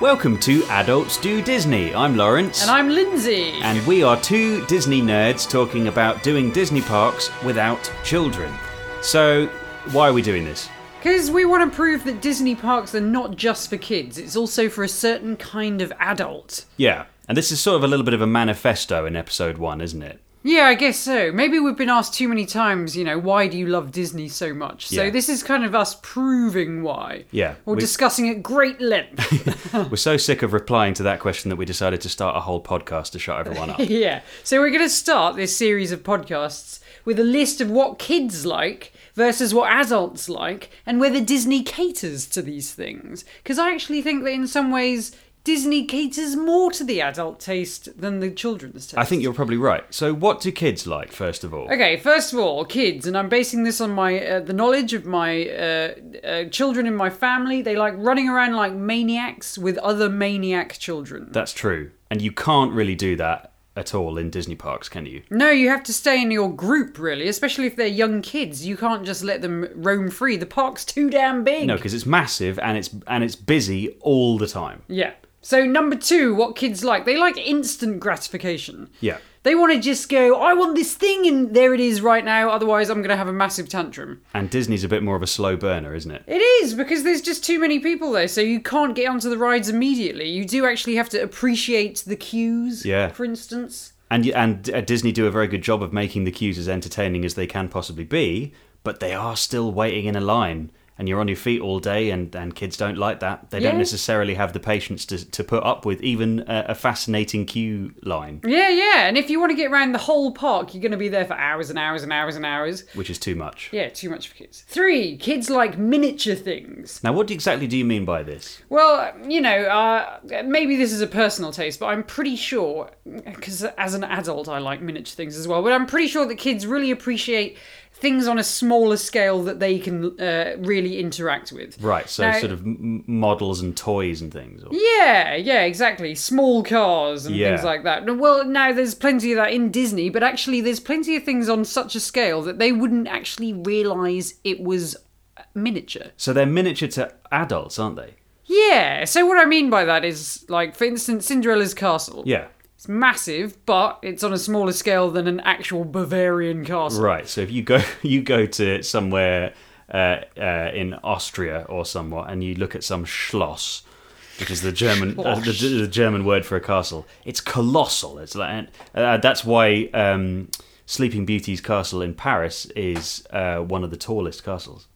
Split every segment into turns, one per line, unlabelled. Welcome to Adults Do Disney. I'm Lawrence.
And I'm Lindsay.
And we are two Disney nerds talking about doing Disney parks without children. So, why are we doing this?
Because we want to prove that Disney parks are not just for kids, it's also for a certain kind of adult.
Yeah, and this is sort of a little bit of a manifesto in episode one, isn't it?
Yeah, I guess so. Maybe we've been asked too many times, you know, why do you love Disney so much? So
Yeah.
this is kind of us proving why.
Yeah,
Or
we-
discussing at great length.
We're so sick of replying to that question that we decided to start a whole podcast to shut everyone up.
yeah. So we're going to start this series of podcasts with a list of what kids like versus what adults like and whether Disney caters to these things. Because I actually think that in some ways, Disney caters more to the adult taste than the children's taste.
I think you're probably right. So, what do kids like, first of all?
Okay, first of all, kids, and I'm basing this on my uh, the knowledge of my uh, uh, children in my family. They like running around like maniacs with other maniac children.
That's true. And you can't really do that at all in Disney parks, can you?
No, you have to stay in your group, really, especially if they're young kids. You can't just let them roam free. The park's too damn big.
No, because it's massive and it's and it's busy all the time.
Yeah. So number two, what kids like? They like instant gratification.
Yeah.
They want to just go, I want this thing, and there it is right now. Otherwise, I'm going to have a massive tantrum.
And Disney's a bit more of a slow burner, isn't it?
It is because there's just too many people there, so you can't get onto the rides immediately. You do actually have to appreciate the queues.
Yeah.
For instance.
And y- and uh, Disney do a very good job of making the queues as entertaining as they can possibly be, but they are still waiting in a line. And you're on your feet all day, and, and kids don't like that. They don't
Yeah.
necessarily have the patience to, to put up with even a, a fascinating queue line,
Yeah, yeah. And if you want to get around the whole park, you're going to be there for hours and hours and hours and hours.
which is too much.
Yeah, too much for kids. Three, kids like miniature things.
Now, what exactly do you mean by this?
Well, you know, uh, maybe this is a personal taste, but I'm pretty sure, because as an adult, I like miniature things as well, but I'm pretty sure that kids really appreciate things on a smaller scale that they can uh, really interact with.
Right, so
Now-
sort of m- models and toys and things. Or...
Yeah, yeah, exactly. Small cars and
Yeah.
things like that. No, Well, now there's plenty of that in Disney, but actually, there's plenty of things on such a scale that they wouldn't actually realize it was uh, miniature.
So they're miniature to adults, aren't they?
Yeah, so what I mean by that is, like, for instance, Cinderella's castle.
Yeah.
It's massive, but it's on a smaller scale than an actual Bavarian castle.
Right. So if you go you go to somewhere uh, uh, in Austria or somewhat, and you look at some Schloss, which is the German uh, the, the German word for a castle, it's colossal. It's like uh, that's why um, Sleeping Beauty's castle in Paris is uh, one of the tallest castles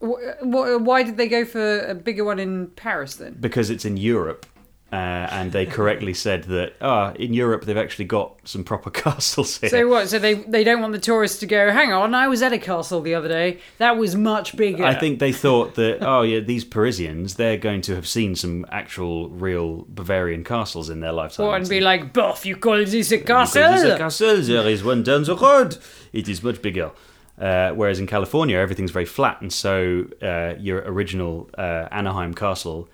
Wh- wh- Why did they go for a bigger one in Paris then?
because it's in Europe. Uh, and they correctly said that ah, in Europe they've actually got some proper castles here.
So what? So they they don't want the tourists to go. Hang on, I was at a castle the other day. That was much bigger.
I think they thought that, oh yeah, these Parisians, they're going to have seen some actual, real Bavarian castles in their lifetime.
and be like, "Boff, you call this a
Because it's a
castle?"
castle, there is one down the road. It is much bigger. Uh, whereas in California, everything's very flat, and so uh, your original uh, Anaheim castle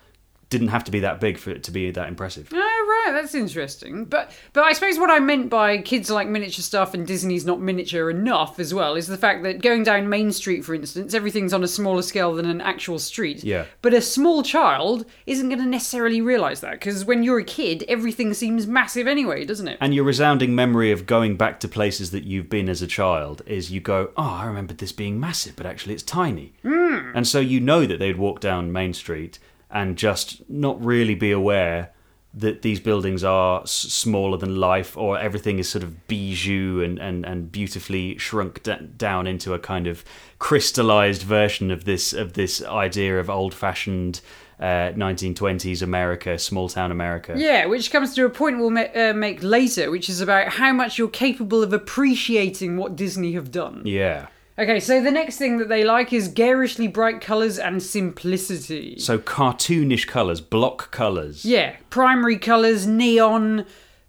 didn't have to be that big for it to be that impressive.
Oh right, that's interesting. But but I suppose what I meant by kids like miniature stuff and Disney's not miniature enough as well is the fact that going down Main Street, for instance, everything's on a smaller scale than an actual street.
Yeah.
But a small child isn't going to necessarily realise that because when you're a kid, everything seems massive anyway, doesn't it?
And your resounding memory of going back to places that you've been as a child is you go, oh, I remembered this being massive, but actually it's tiny. Mm. And so you know that they'd walk down Main Street and just not really be aware that these buildings are s- smaller than life or everything is sort of bijou and, and, and beautifully shrunk d- down into a kind of crystallized version of this of this idea of old-fashioned uh, 1920s America, small town America.
Yeah, which comes to a point we'll ma- uh, make later, which is about how much you're capable of appreciating what Disney have done.
yeah.
Okay, so the next thing that they like is garishly bright colours and simplicity.
So cartoonish colours, block colours.
yeah, primary colours, neon,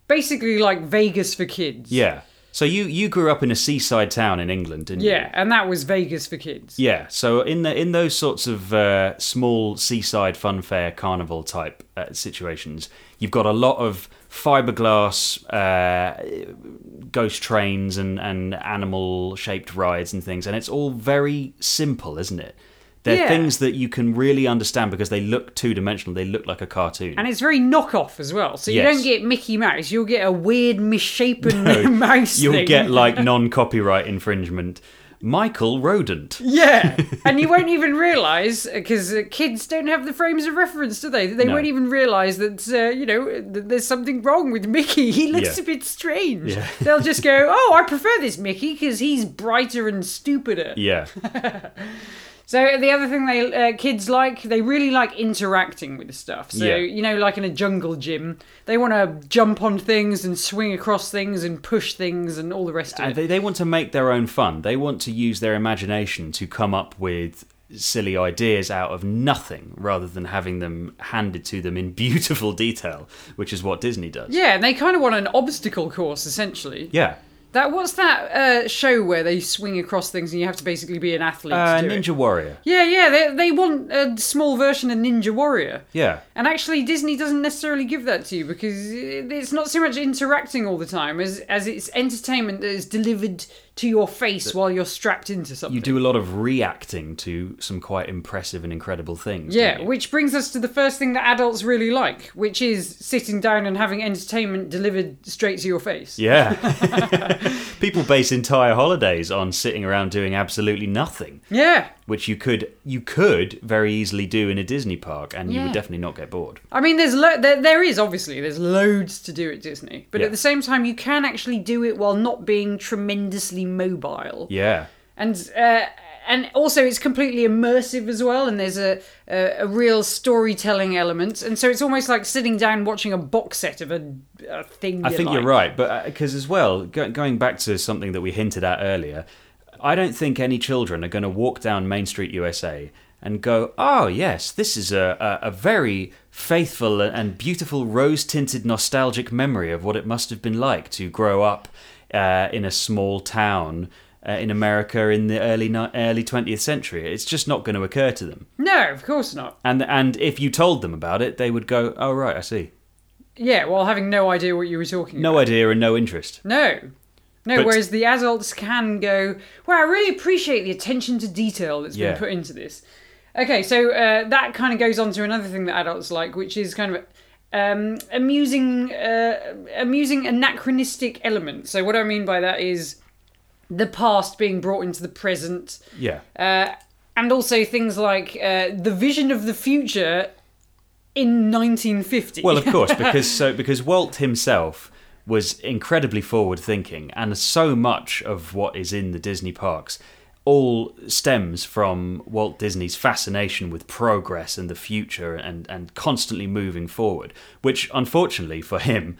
basically like Vegas for kids.
Yeah. So you you grew up in a seaside town in England, didn't you?
Yeah, and that was Vegas for kids.
Yeah. So in the in those sorts of uh, small seaside funfair carnival type uh, situations, you've got a lot of fiberglass uh, ghost trains and and animal shaped rides and things, and it's all very simple, isn't it? They're
Yeah.
things that you can really understand because they look two dimensional. They look like a cartoon.
And it's very knockoff as well. So you
Yes.
don't get Mickey Mouse, you'll get a weird misshapen mouse.
You'll
thing.
get like non copyright infringement. Michael Rodent.
Yeah. and you won't even realize because kids don't have the frames of reference, do they? They
No.
won't even realize that uh, you know that there's something wrong with Mickey. He looks
Yeah.
a bit strange.
Yeah.
They'll just go, "Oh, I prefer this Mickey because he's brighter and stupider."
Yeah.
So the other thing they uh, kids like, they really like interacting with stuff. So
Yeah.
you know, like in a jungle gym, they want to jump on things and swing across things and push things and all the rest of
And
it.
they, they want to make their own fun. They want to use their imagination to come up with silly ideas out of nothing rather than having them handed to them in beautiful detail, which is what Disney does.
yeah, and they kind of want an obstacle course essentially.
Yeah.
That what's that uh, show where they swing across things and you have to basically be an athlete
Uh,
to do it?
Ninja Warrior.
Yeah, yeah, they they want a small version of Ninja Warrior.
Yeah.
And actually, Disney doesn't necessarily give that to you because it's not so much interacting all the time as as it's entertainment that is delivered to your face while you're strapped into something.
You do a lot of reacting to some quite impressive and incredible things.
Yeah,
don't you?
which brings us to the first thing that adults really like, which is sitting down and having entertainment delivered straight to your face.
Yeah. People base entire holidays on sitting around doing absolutely nothing,
Yeah.
which you could you could very easily do in a Disney park and you
Yeah.
would definitely not get bored.
I mean, there's lo- there, there is obviously there's loads to do at Disney, but
Yeah.
at the same time, you can actually do it while not being tremendously mobile.
Yeah.
and uh, and also it's completely immersive as well and there's a, a a real storytelling element and so it's almost like sitting down watching a box set of a, a thing
I
you
think
like.
you're right, but because as well, go, going back to something that we hinted at earlier, I don't think any children are going to walk down Main Street USA and go, "Oh yes, this is a a, a very faithful and beautiful rose-tinted nostalgic memory of what it must have been like to grow up uh, in a small town." Uh, in America, in the early ni- early twentieth century, it's just not going to occur to them.
no of course not
And and if you told them about it, they would go, "Oh right, I see."
yeah well having no idea what you were talking
No
about
idea and no interest.
no no
But-
whereas the adults can go well i really appreciate the attention to detail that's
Yeah.
been put into this okay so uh, that kind of goes on to another thing that adults like which is kind of um, amusing uh, amusing anachronistic elements so what i mean by that is the past being brought into the present
Yeah.
uh, and also things like uh, the vision of the future in 1950
Well, of course, because so because Walt himself was incredibly forward thinking, and so much of what is in the Disney parks all stems from Walt Disney's fascination with progress and the future and and constantly moving forward, which unfortunately for him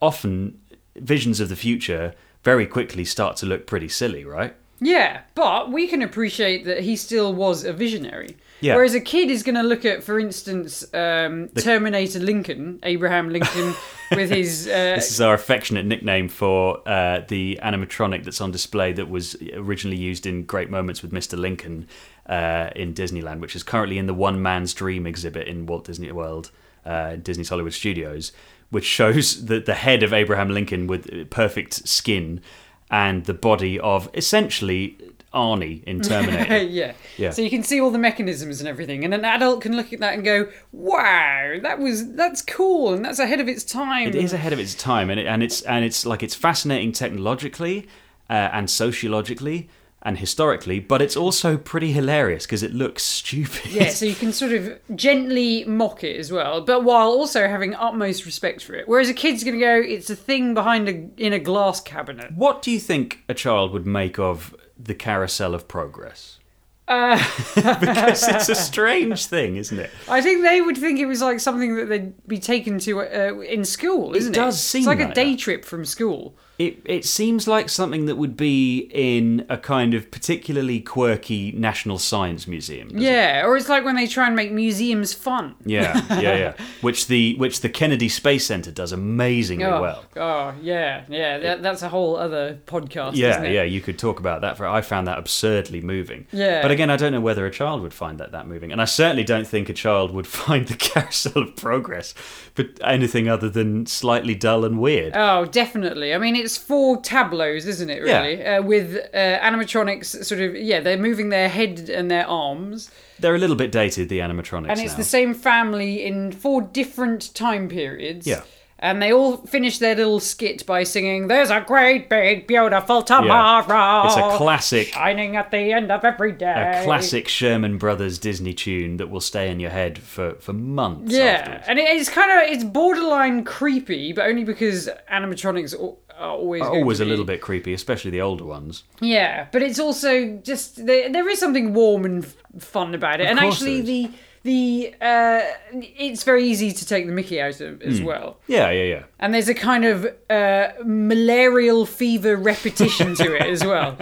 often visions of the future very quickly start to look pretty silly, right?
Yeah, but we can appreciate that he still was a visionary.
Yeah.
Whereas a kid is going to look at, for instance, um, Terminator Lincoln, Abraham Lincoln, with his. Uh,
This is our affectionate nickname for uh, the animatronic that's on display that was originally used in Great Moments with Mr. Lincoln uh, in Disneyland, which is currently in the One Man's Dream exhibit in Walt Disney World, uh, Disney's Hollywood Studios, which shows the, the head of Abraham Lincoln with perfect skin and the body of essentially Arnie in Terminator.
yeah.
Yeah.
So you can see all the mechanisms and everything, and an adult can look at that and go, "Wow, that was that's cool, and that's ahead of its time."
It is ahead of its time, and it, and it's and it's like it's fascinating technologically uh, and sociologically and historically, but it's also pretty hilarious because it looks stupid.
Yeah, so you can sort of gently mock it as well, but while also having utmost respect for it. Whereas a kid's going to go, "It's a thing behind a in a glass cabinet."
what do you think a child would make of the carousel of progress?
Uh,
because it's a strange thing, isn't it?
I think they would think it was like something that they'd be taken to uh, in school, isn't it?
does seem
it's like
like
a day
that.
trip from school.
It it seems like something that would be in a kind of particularly quirky national science museum. doesn't it?
Yeah, or it's like when they try and make museums fun.
Yeah, yeah, yeah. Which the which the Kennedy Space Center does amazingly
Oh,
well.
oh yeah, yeah. That, that's a whole other podcast.
Yeah,
isn't it?
yeah, you could talk about that for. I found that absurdly moving.
Yeah.
But again, I don't know whether a child would find that that moving, and I certainly don't think a child would find the Carousel of Progress, but anything other than slightly dull and weird.
Oh, definitely. I mean, it's four tableaus, isn't it?
Yeah.
Really, uh, with uh, animatronics, sort of. Yeah, they're moving their head and their arms,
They're a little bit dated, the animatronics.
and it's
now.
the same family in four different time periods.
Yeah.
And they all finish their little skit by singing, There's a great big beautiful tomorrow.
It's a classic,
shining at the end of every day.
a classic Sherman Brothers Disney tune that will stay in your head for, for months.
Yeah,
afterwards.
and it, it's kind of it's borderline creepy, but only because animatronics al- are always going to
always a
be-
little bit creepy, especially the older ones.
Yeah, but it's also just there, there is something warm and f- fun about it, and
course
actually
there
the the uh, it's very easy to take the Mickey out of as
Hmm.
well.
Yeah, yeah, yeah.
And there's a kind of uh, malarial fever repetition to it as well,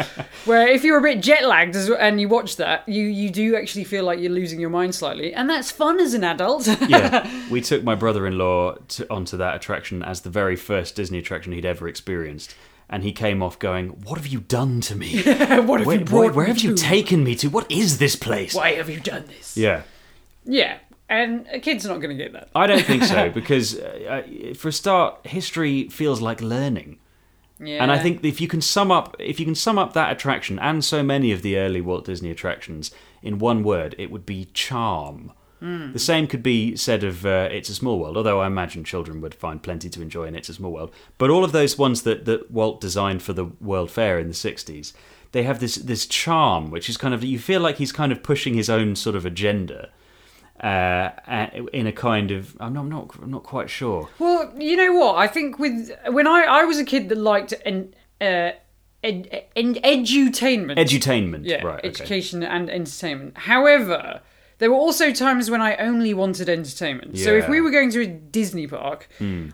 where if you're a bit jet lagged as, and you watch that, you you do actually feel like you're losing your mind slightly, and that's fun as an adult.
yeah, we took my brother-in-law to, onto that attraction as the very first Disney attraction he'd ever experienced, and he came off going, "What have you done to me?
what have
Where,
you
where,
brought
where
me
have you
to?
taken me to? What is this place?"
Why have you done this?
Yeah,
Yeah, and a kid's not going to get that.
I don't think so because, uh, uh, for a start, history feels like learning.
Yeah.
And I think if you can sum up if you can sum up that attraction and so many of the early Walt Disney attractions in one word, it would be charm.
Hmm.
The same could be said of uh, It's a Small World, although I imagine children would find plenty to enjoy in It's a Small World. But all of those ones that, that Walt designed for the World Fair in the 60s, they have this, this charm, which is kind of, you feel like he's kind of pushing his own sort of agenda uh, a- in a kind of, I'm not, I'm not, I'm not quite sure.
Well, you know what? I think with when I I was a kid that liked and uh, ed, ed, edutainment.
Edutainment,
yeah,
right. Okay.
education and entertainment. However, there were also times when I only wanted entertainment. So if
Yeah. Hmm.
we were going to a Disney park,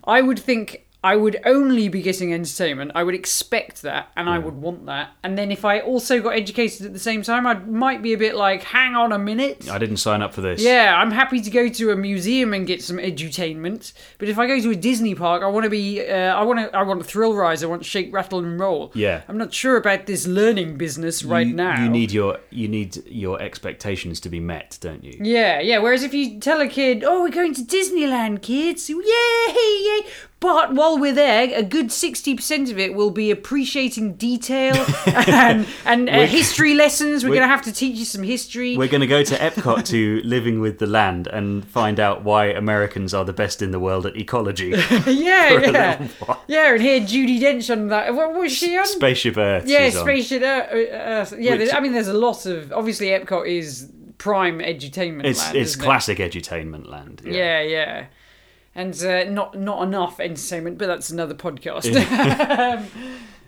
I would think I would only be getting entertainment. I would expect that, and I would want that. And then if I also got educated at the same time, I might be a bit like, "Hang on a minute."
I didn't sign up for this.
Yeah, I'm happy to go to a museum and get some edutainment, but if I go to a Disney park, I want to be, uh, I want to, I want thrill rides, I want shake, rattle, and roll.
Yeah.
I'm not sure about this learning business right
you,
now.
You need your you need your expectations to be met, don't you?
Yeah, yeah. Whereas if you tell a kid, "Oh, we're going to Disneyland, kids! Yay, yay!" But while we're there, a good sixty percent of it will be appreciating detail and and uh, history lessons. We're,
we're-
going to have to teach you some history.
We're going to go to Epcot to Living with the Land and find out why Americans are the best in the world at ecology.
yeah,
a
yeah,
little while.
yeah. And hear Judy Dench on that. What was she on?
Spaceship Earth.
yeah,
she's on.
Spaceship Earth. Uh, yeah,
Which-
there- I mean, there's a lot of obviously Epcot is prime edutainment.
It's
land,
it's
isn't it?
classic edutainment land. Yeah.
Yeah, yeah. And uh, not not enough entertainment, but that's another podcast. Um,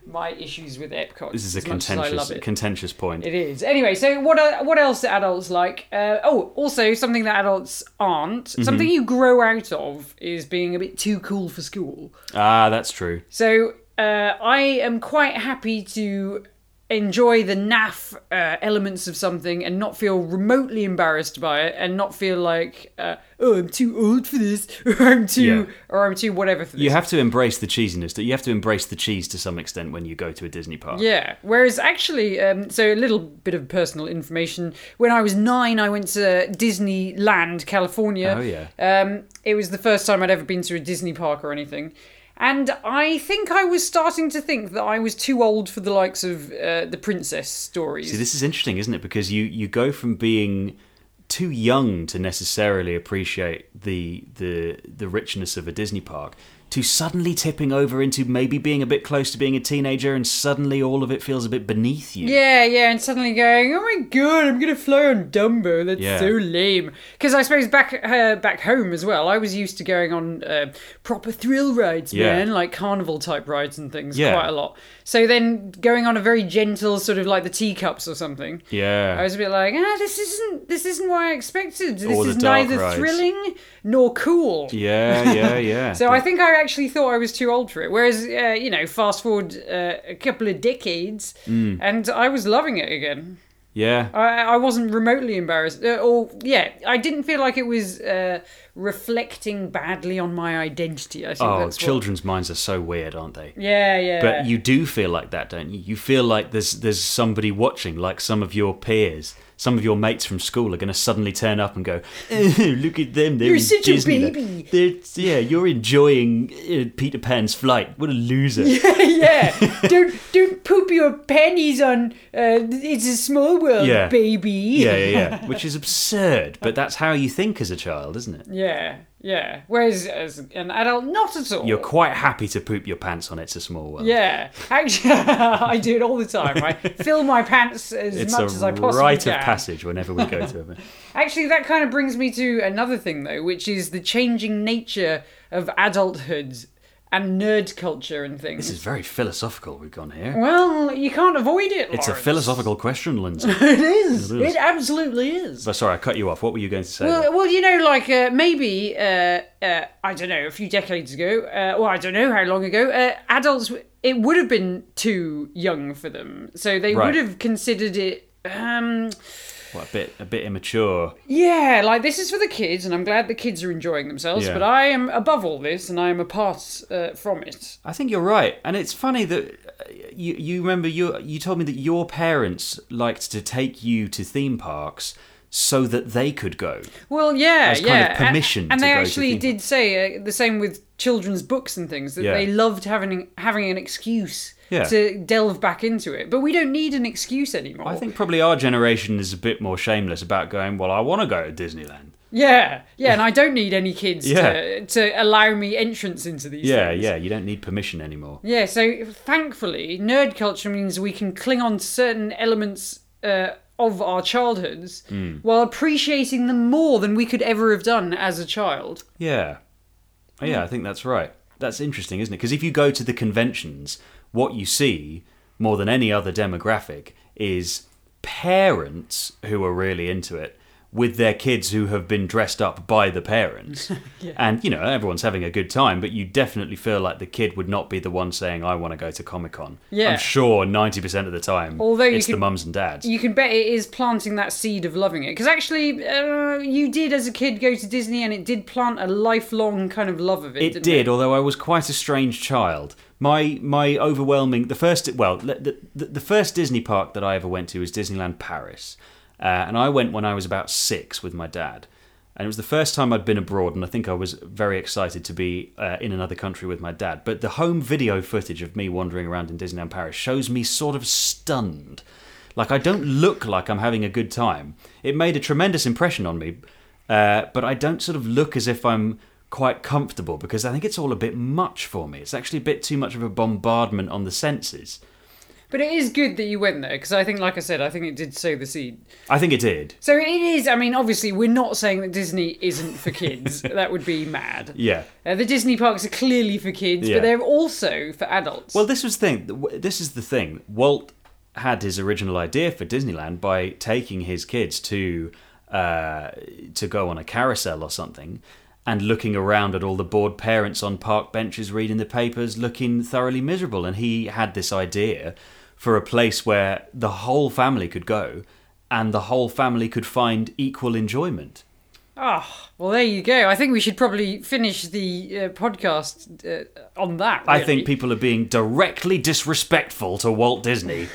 My issues with Epcot.
This is a
as much as I
contentious
love it.
contentious point.
It is. Anyway, so what are, what else do adults like? Uh, oh, also something that adults aren't.
Mm-hmm.
Something you grow out of is being a bit too cool for school.
ah, that's true.
So uh, I am quite happy to enjoy the naff uh, elements of something and not feel remotely embarrassed by it and not feel like uh, oh I'm too old for this or I'm too
Yeah.
or I'm too whatever for this.
You have to embrace the cheesiness. That you have to embrace the cheese to some extent when you go to a Disney park.
Yeah. Whereas actually, um, so a little bit of personal information. When I was nine, I went to Disneyland, California.
Oh, yeah.
Um, it was the first time I'd ever been to a Disney park or anything. And I think I was starting to think that I was too old for the likes of uh, the princess stories.
See, this is interesting, isn't it? Because you you go from being too young to necessarily appreciate the the the richness of a Disney park to suddenly tipping over into maybe being a bit close to being a teenager and suddenly all of it feels a bit beneath you.
Yeah, yeah, and suddenly going, oh my god, I'm gonna fly on Dumbo. That's
Yeah.
so lame. Because I suppose back uh, back home as well, I was used to going on uh, proper thrill rides,
Yeah.
man, like carnival type rides and things,
Yeah.
quite a lot. So then going on a very gentle sort of like the teacups or something.
Yeah.
I was a bit like, ah, this isn't this isn't what I expected. This
Or the
is
dark
neither
rides.
thrilling nor cool.
yeah, yeah, yeah.
So I think I actually thought I was too old for it. Whereas, uh, you know, fast forward uh, a couple of decades,
Mm.
and I was loving it again.
Yeah.
I, I wasn't remotely embarrassed, uh, or yeah, I didn't feel like it was uh, reflecting badly on my identity. I think
Oh,
that's what-
children's minds are so weird, aren't they?
yeah, yeah.
But you do feel like that, don't you? You feel like there's there's somebody watching, like some of your peers some of your mates from school are going to suddenly turn up and go, "Oh, "Look at them! They're
You're
in
such a
Disneyland.
baby."
They're, yeah, you're enjoying uh, Peter Pan's flight. What a loser!
yeah, don't don't poop your panties on. Uh, it's a small world,
Yeah.
baby.
yeah, yeah, yeah. Which is absurd, but that's how you think as a child, isn't it?
yeah, yeah. Whereas as an adult, not at all.
You're quite happy to poop your pants on It's a Small World.
yeah, actually, I do it all the time. I fill my pants as
It's
much
a
as I possibly
rite
can.
of passage whenever we go to it.
Actually, that kind of brings me to another thing, though, which is the changing nature of adulthood and nerd culture and things.
This is very philosophical we've gone here.
Well, you can't avoid it.
It's a
Lawrence.
philosophical question, Lindsay.
It is.
It is.
It absolutely is.
So sorry, I cut you off. What were you going to say?
Well, well, you know, like uh, maybe uh, uh, I don't know, a few decades ago, uh, or I don't know how long ago, uh, adults w- it would have been too young for them, so they
Right.
would have considered it. Um,
What, a bit, a bit immature.
yeah, like this is for the kids, and I'm glad the kids are enjoying themselves.
Yeah.
But I am above all this, and I am apart uh, from it.
I think you're right, and it's funny that uh, you you remember you you told me that your parents liked to take you to theme parks so that they could go.
Well, yeah,
As kind of
yeah, A-
permission
and,
to go
they
to
actually
theme
did say uh, the same with children's books and things that
Yeah.
they loved having having an excuse
Yeah.
to delve back into it. But we don't need an excuse anymore.
I think probably our generation is a bit more shameless about going. Well, I want to go to Disneyland.
yeah, yeah, and I don't need any kids
Yeah.
to to allow me entrance into these.
Yeah,
things.
yeah. You don't need permission anymore.
Yeah, so thankfully, nerd culture means we can cling on to certain elements uh, of our childhoods
Hmm.
while appreciating them more than we could ever have done as a child.
Yeah,
Hmm.
yeah. I think that's right. That's interesting, isn't it? Because if you go to the conventions, what you see more than any other demographic is parents who are really into it with their kids who have been dressed up by the parents. And you know, everyone's having a good time, but you definitely feel like the kid would not be the one saying I want to go to Comic-Con.
Yeah.
I'm sure 90% of the time
Although you
it's the
could-
mums and dads.
You can bet it is planting that seed of loving it. Because actually, uh, you did as a kid go to Disney and it did plant a lifelong kind of love of it.
It
didn't
did, although I was quite a strange child. My my overwhelming the first well le- the, the, the first Disney park that I ever went to was Disneyland Paris, uh, and I went when I was about six with my dad, and it was the first time I'd been abroad, and I think I was very excited to be uh, in another country with my dad. But the home video footage of me wandering around in Disneyland Paris shows me sort of stunned, like I don't look like I'm having a good time. It made a tremendous impression on me, uh, but I don't sort of look as if I'm quite comfortable because I think it's all a bit much for me. It's actually a bit too much of a bombardment on the senses.
But it is good that you went there because I think, like I said, I think it did sow the seed.
I think it did.
So it is, I mean, obviously, we're not saying that Disney isn't for kids. that would be mad.
Yeah.
Uh, the Disney parks are clearly for kids,
Yeah.
but they're also for adults.
Well, this was the thing. This is the thing. Walt had his original idea for Disneyland by taking his kids to uh, to go on a carousel or something, and looking around at all the bored parents on park benches reading the papers, looking thoroughly miserable. And he had this idea for a place where the whole family could go, and the whole family could find equal enjoyment.
Ah, well, there you go. I think we should probably finish the uh, podcast uh, on that.
I
really.
think people are being directly disrespectful to Walt Disney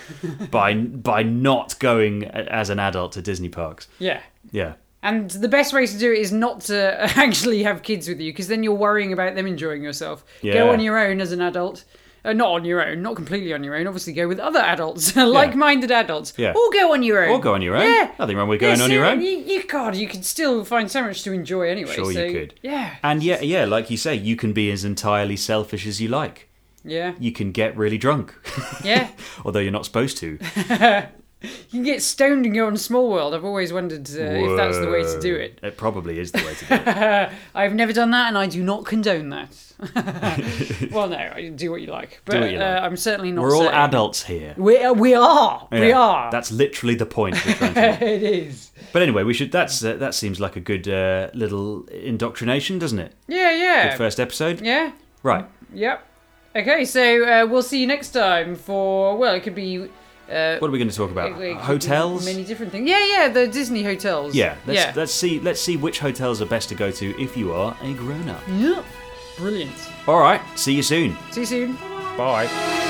by by not going a- as an adult to Disney parks.
Yeah.
Yeah.
And the best way to do it is not to uh, actually have kids with you, because then you're worrying about them enjoying yourself.
Yeah.
Go on your own as an adult. Uh, not on your own, not completely on your own. Obviously, go with other adults, like minded adults.
Yeah.
Or go on your own.
Or go on your own.
Yeah.
Nothing wrong with going
Yeah,
on your
so
own.
You, you, God, you could still find so much to enjoy anyway.
Sure you
so-
could.
Yeah.
And yeah, yeah, like you say, you can be as entirely selfish as you like.
Yeah.
You can get really drunk,
Yeah.
although you're not supposed to.
you can get stoned and go on Small World. I've always wondered uh, if that's the way to do it.
It probably is the way to do it.
I've never done that, and I do not condone that. well, no, I do what you like, but
what you like.
Uh, I'm certainly not.
We're all
saying-
adults here.
We uh, we are. We
Yeah,
are.
That's literally the point. we're trying to-
it is.
But anyway, we should. That's uh, that seems like a good uh, little indoctrination, doesn't it?
Yeah, yeah,
Good first episode.
yeah.
Right.
Yep. Okay, so uh, we'll see you next time for well, it could be. Uh,
What are we going to talk about?
it could be
Hotels.
many different things. Yeah, yeah, the Disney hotels.
Yeah, let's,
yeah,
let's see let's see which hotels are best to go to if you are a grown up.
yeah. Brilliant.
All right, see you soon.
See you soon.
Bye.